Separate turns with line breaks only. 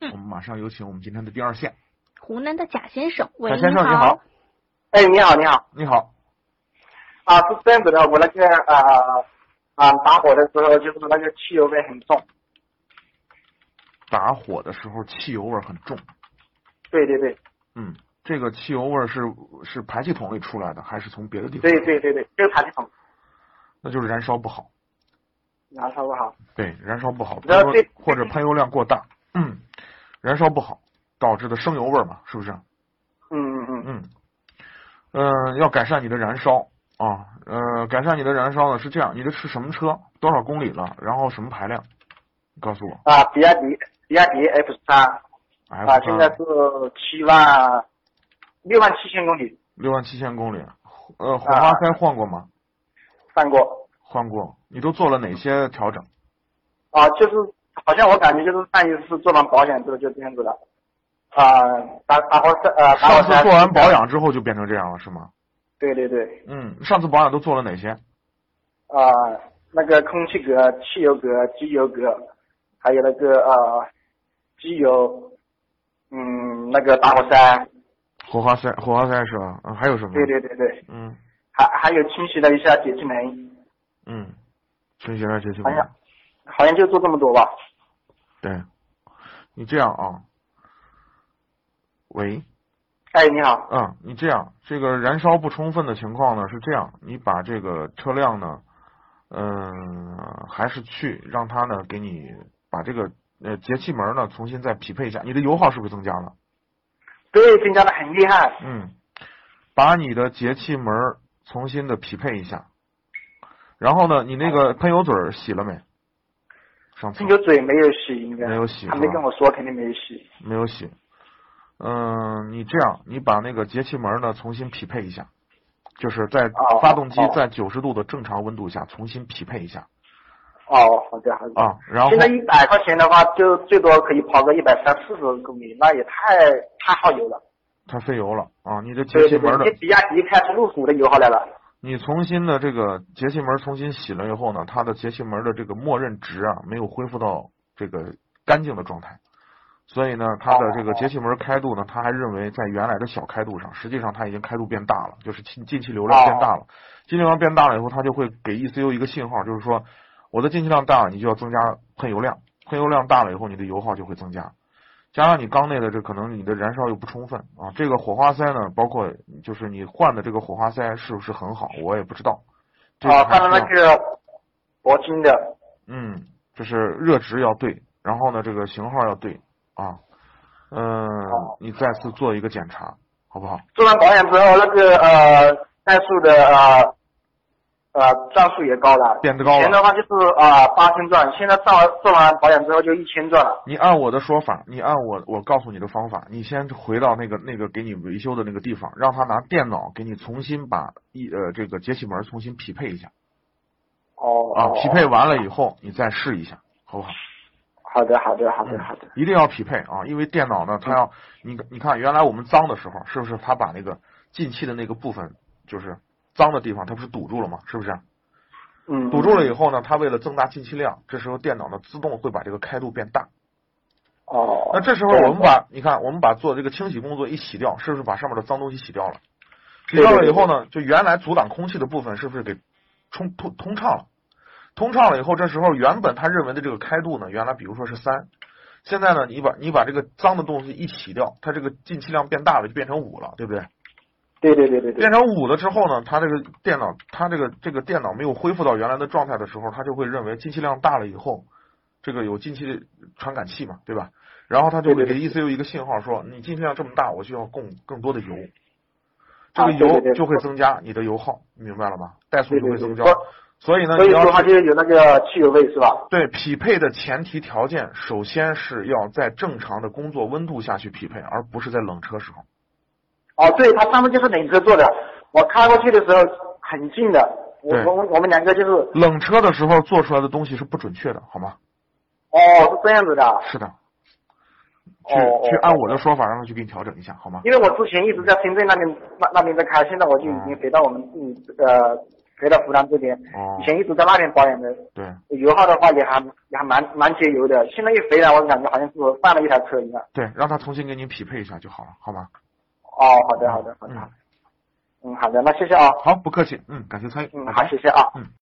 嗯
马上有请我们今天的第二线。
湖南的贾先生，喂，
贾先生
你
你好，
哎，你好，你好，
你好，
啊，是这样子的，我那天啊啊打火的时候，就是那个汽油味很重，
打火的时候汽油味儿很重，
对对对，
嗯，这个汽油味儿是是排气筒里出来的，还是从别的地方？
对，对对对，就是排气筒
那就是燃烧不好，
燃啊烧不好，
对，燃烧不好，
然
喷油
后这
或者喷油量过大，嗯，燃烧不好导致的生油味儿嘛，是不是？
嗯嗯嗯，
嗯，呃，要改善你的燃烧啊，呃，改善你的燃烧呢是这样，你这是什么车，多少公里了，然后什么排量，你告诉我。
啊，比亚迪比亚迪 F 三啊，
F
现在
三
是七万六万七千公里
六万七千公里，呃，火花
啊
塞换过吗？
上过，
换过，你都做了哪些调整？
啊，就是好像我感觉就是上一次做完保养之后就这样子了，啊，打打火塞呃打
上
火
次
塞
做完保，养之后就变成这样了是吗？
对对对，
嗯，上次保养都做了哪些？
啊，那个空气格、汽油格、机油格，还有那个呃，机油，嗯，那个打火塞，
火花塞，火花塞是吧？嗯，还有什么？
对对对对，
嗯
还还有清洗了一下节气门，
嗯，清洁了节气
好
门。
像好像就做这么多吧。
对，你这样啊，喂。
哎，你好，
嗯，你这样，这个燃烧不充分的情况呢是这样，你把这个车辆呢，嗯、还是去让它呢给你把这个呃节气门呢重新再匹配一下，你的油耗是不是增加了？
对，增加的很厉害，
嗯，把你的节气门重新的匹配一下，然后呢，你那个喷油嘴儿洗了没？上次
喷油嘴没有洗，应该
没有洗
他没
是吧
跟我说，肯定没有洗。
没有洗。嗯，你这样，你把那个节气门呢重新匹配一下，就是在
哦
发动机
哦
在九十度的正常温度下重新匹配一下
哦，好的好的。
啊。然后
现在一百块钱的话，就最多可以跑个一百三四十公里，那也太太耗油了。
它费油了啊，你的节
对
气
对
门的
对，比亚迪开出路虎的油耗来了。
你重新的这个节气门重新洗了以后呢，它的节气门的这个默认值啊没有恢复到这个干净的状态，所以呢，它的这个节气门开度呢，它还认为在原来的小开度上，实际上它已经开度变大了，就是进进气流量变大了。进气量变大了以后，它就会给 ECU 一个信号，就是说我的进气量大了，你就要增加喷油量，喷油量大了以后，你的油耗就会增加。加上你缸内的这可能你的燃烧又不充分啊，这个火花塞呢，包括就是你换的这个火花塞是不是很好，我也不知道。这个
啊，
还
看到那
需要
个铂金的，
嗯，就是热值要对，然后呢这个型号要对啊，嗯、
哦
你再次做一个检查，好不好？
做完保养之后，那个呃战术的呃呃转速也高了，
变得高
以前
了。
的话就是啊八千转，现在上完做完保养之后就一千转了。
你按我的说法，你按我我告诉你的方法，你先回到那个那个给你维修的那个地方，让他拿电脑给你重新把一呃这个节气门重新匹配一下
哦
啊，
哦
匹配完了以后你再试一下，好不好？
好的，好的，好的，好的。
一定要匹配啊，因为电脑呢，它要你你看，原来我们脏的时候，是不是它把那个进气的那个部分，就是脏的地方，它不是堵住了吗？是不是？
嗯，
堵住了以后呢，它为了增大进气量，这时候电脑呢自动会把这个开度变大。
哦。
那这时候我们把你看，我们把做这个清洗工作一洗掉，是不是把上面的脏东西洗掉了？洗掉了以后呢，就原来阻挡空气的部分是不是给冲通通畅了？通畅了以后，这时候原本他认为的这个开度呢，原来比如说是三，现在呢，你把你把这个脏的东西一洗掉，它这个进气量变大了，就变成五了，对不对？
对对对对对
变。成五了之后呢，它这个电脑，它这个这个电脑没有恢复到原来的状态的时候，它就会认为进气量大了以后，这个有进气传感器嘛，对吧？然后它就会
对
给
对
ECU 一个信号说，你进气量这么大，我需要供更多的油，这个
啊对对
油
对
就会增加你的油耗，你明白了吗？怠速
对
就会
对对
增加
所，
所以呢，
所
你
以
要
说它
是
就有那个汽油味是吧？
对匹配的前提条件，首先是要在正常的工作温度下去匹配，而不是在冷车时候。
哦，对，它上面就是冷车做的，我开过去的时候很近的，我
对
我们我们两个就是
冷车的时候做出来的东西是不准确的，好吗？
哦是这样子的，
是的，去
哦
去
哦
按
哦
我的说法，让他去给你调整一下，好吗？嗯
嗯因为我之前一直在深圳那边那那边在开，现在我就已经回到我们自己呃回到湖南这边，
哦
以，前一直在那边保养的，
对
油耗的话也还也还蛮蛮节油的。现在一回来，我感觉好像是我换了一台车一样。
对，让他重新给你匹配一下就好了，好吗？
哦，好的好的好的，
嗯，
嗯好的，那谢谢啊，
好，不客气，嗯，感谢参与，
嗯
拜
好
拜
谢谢啊。
嗯。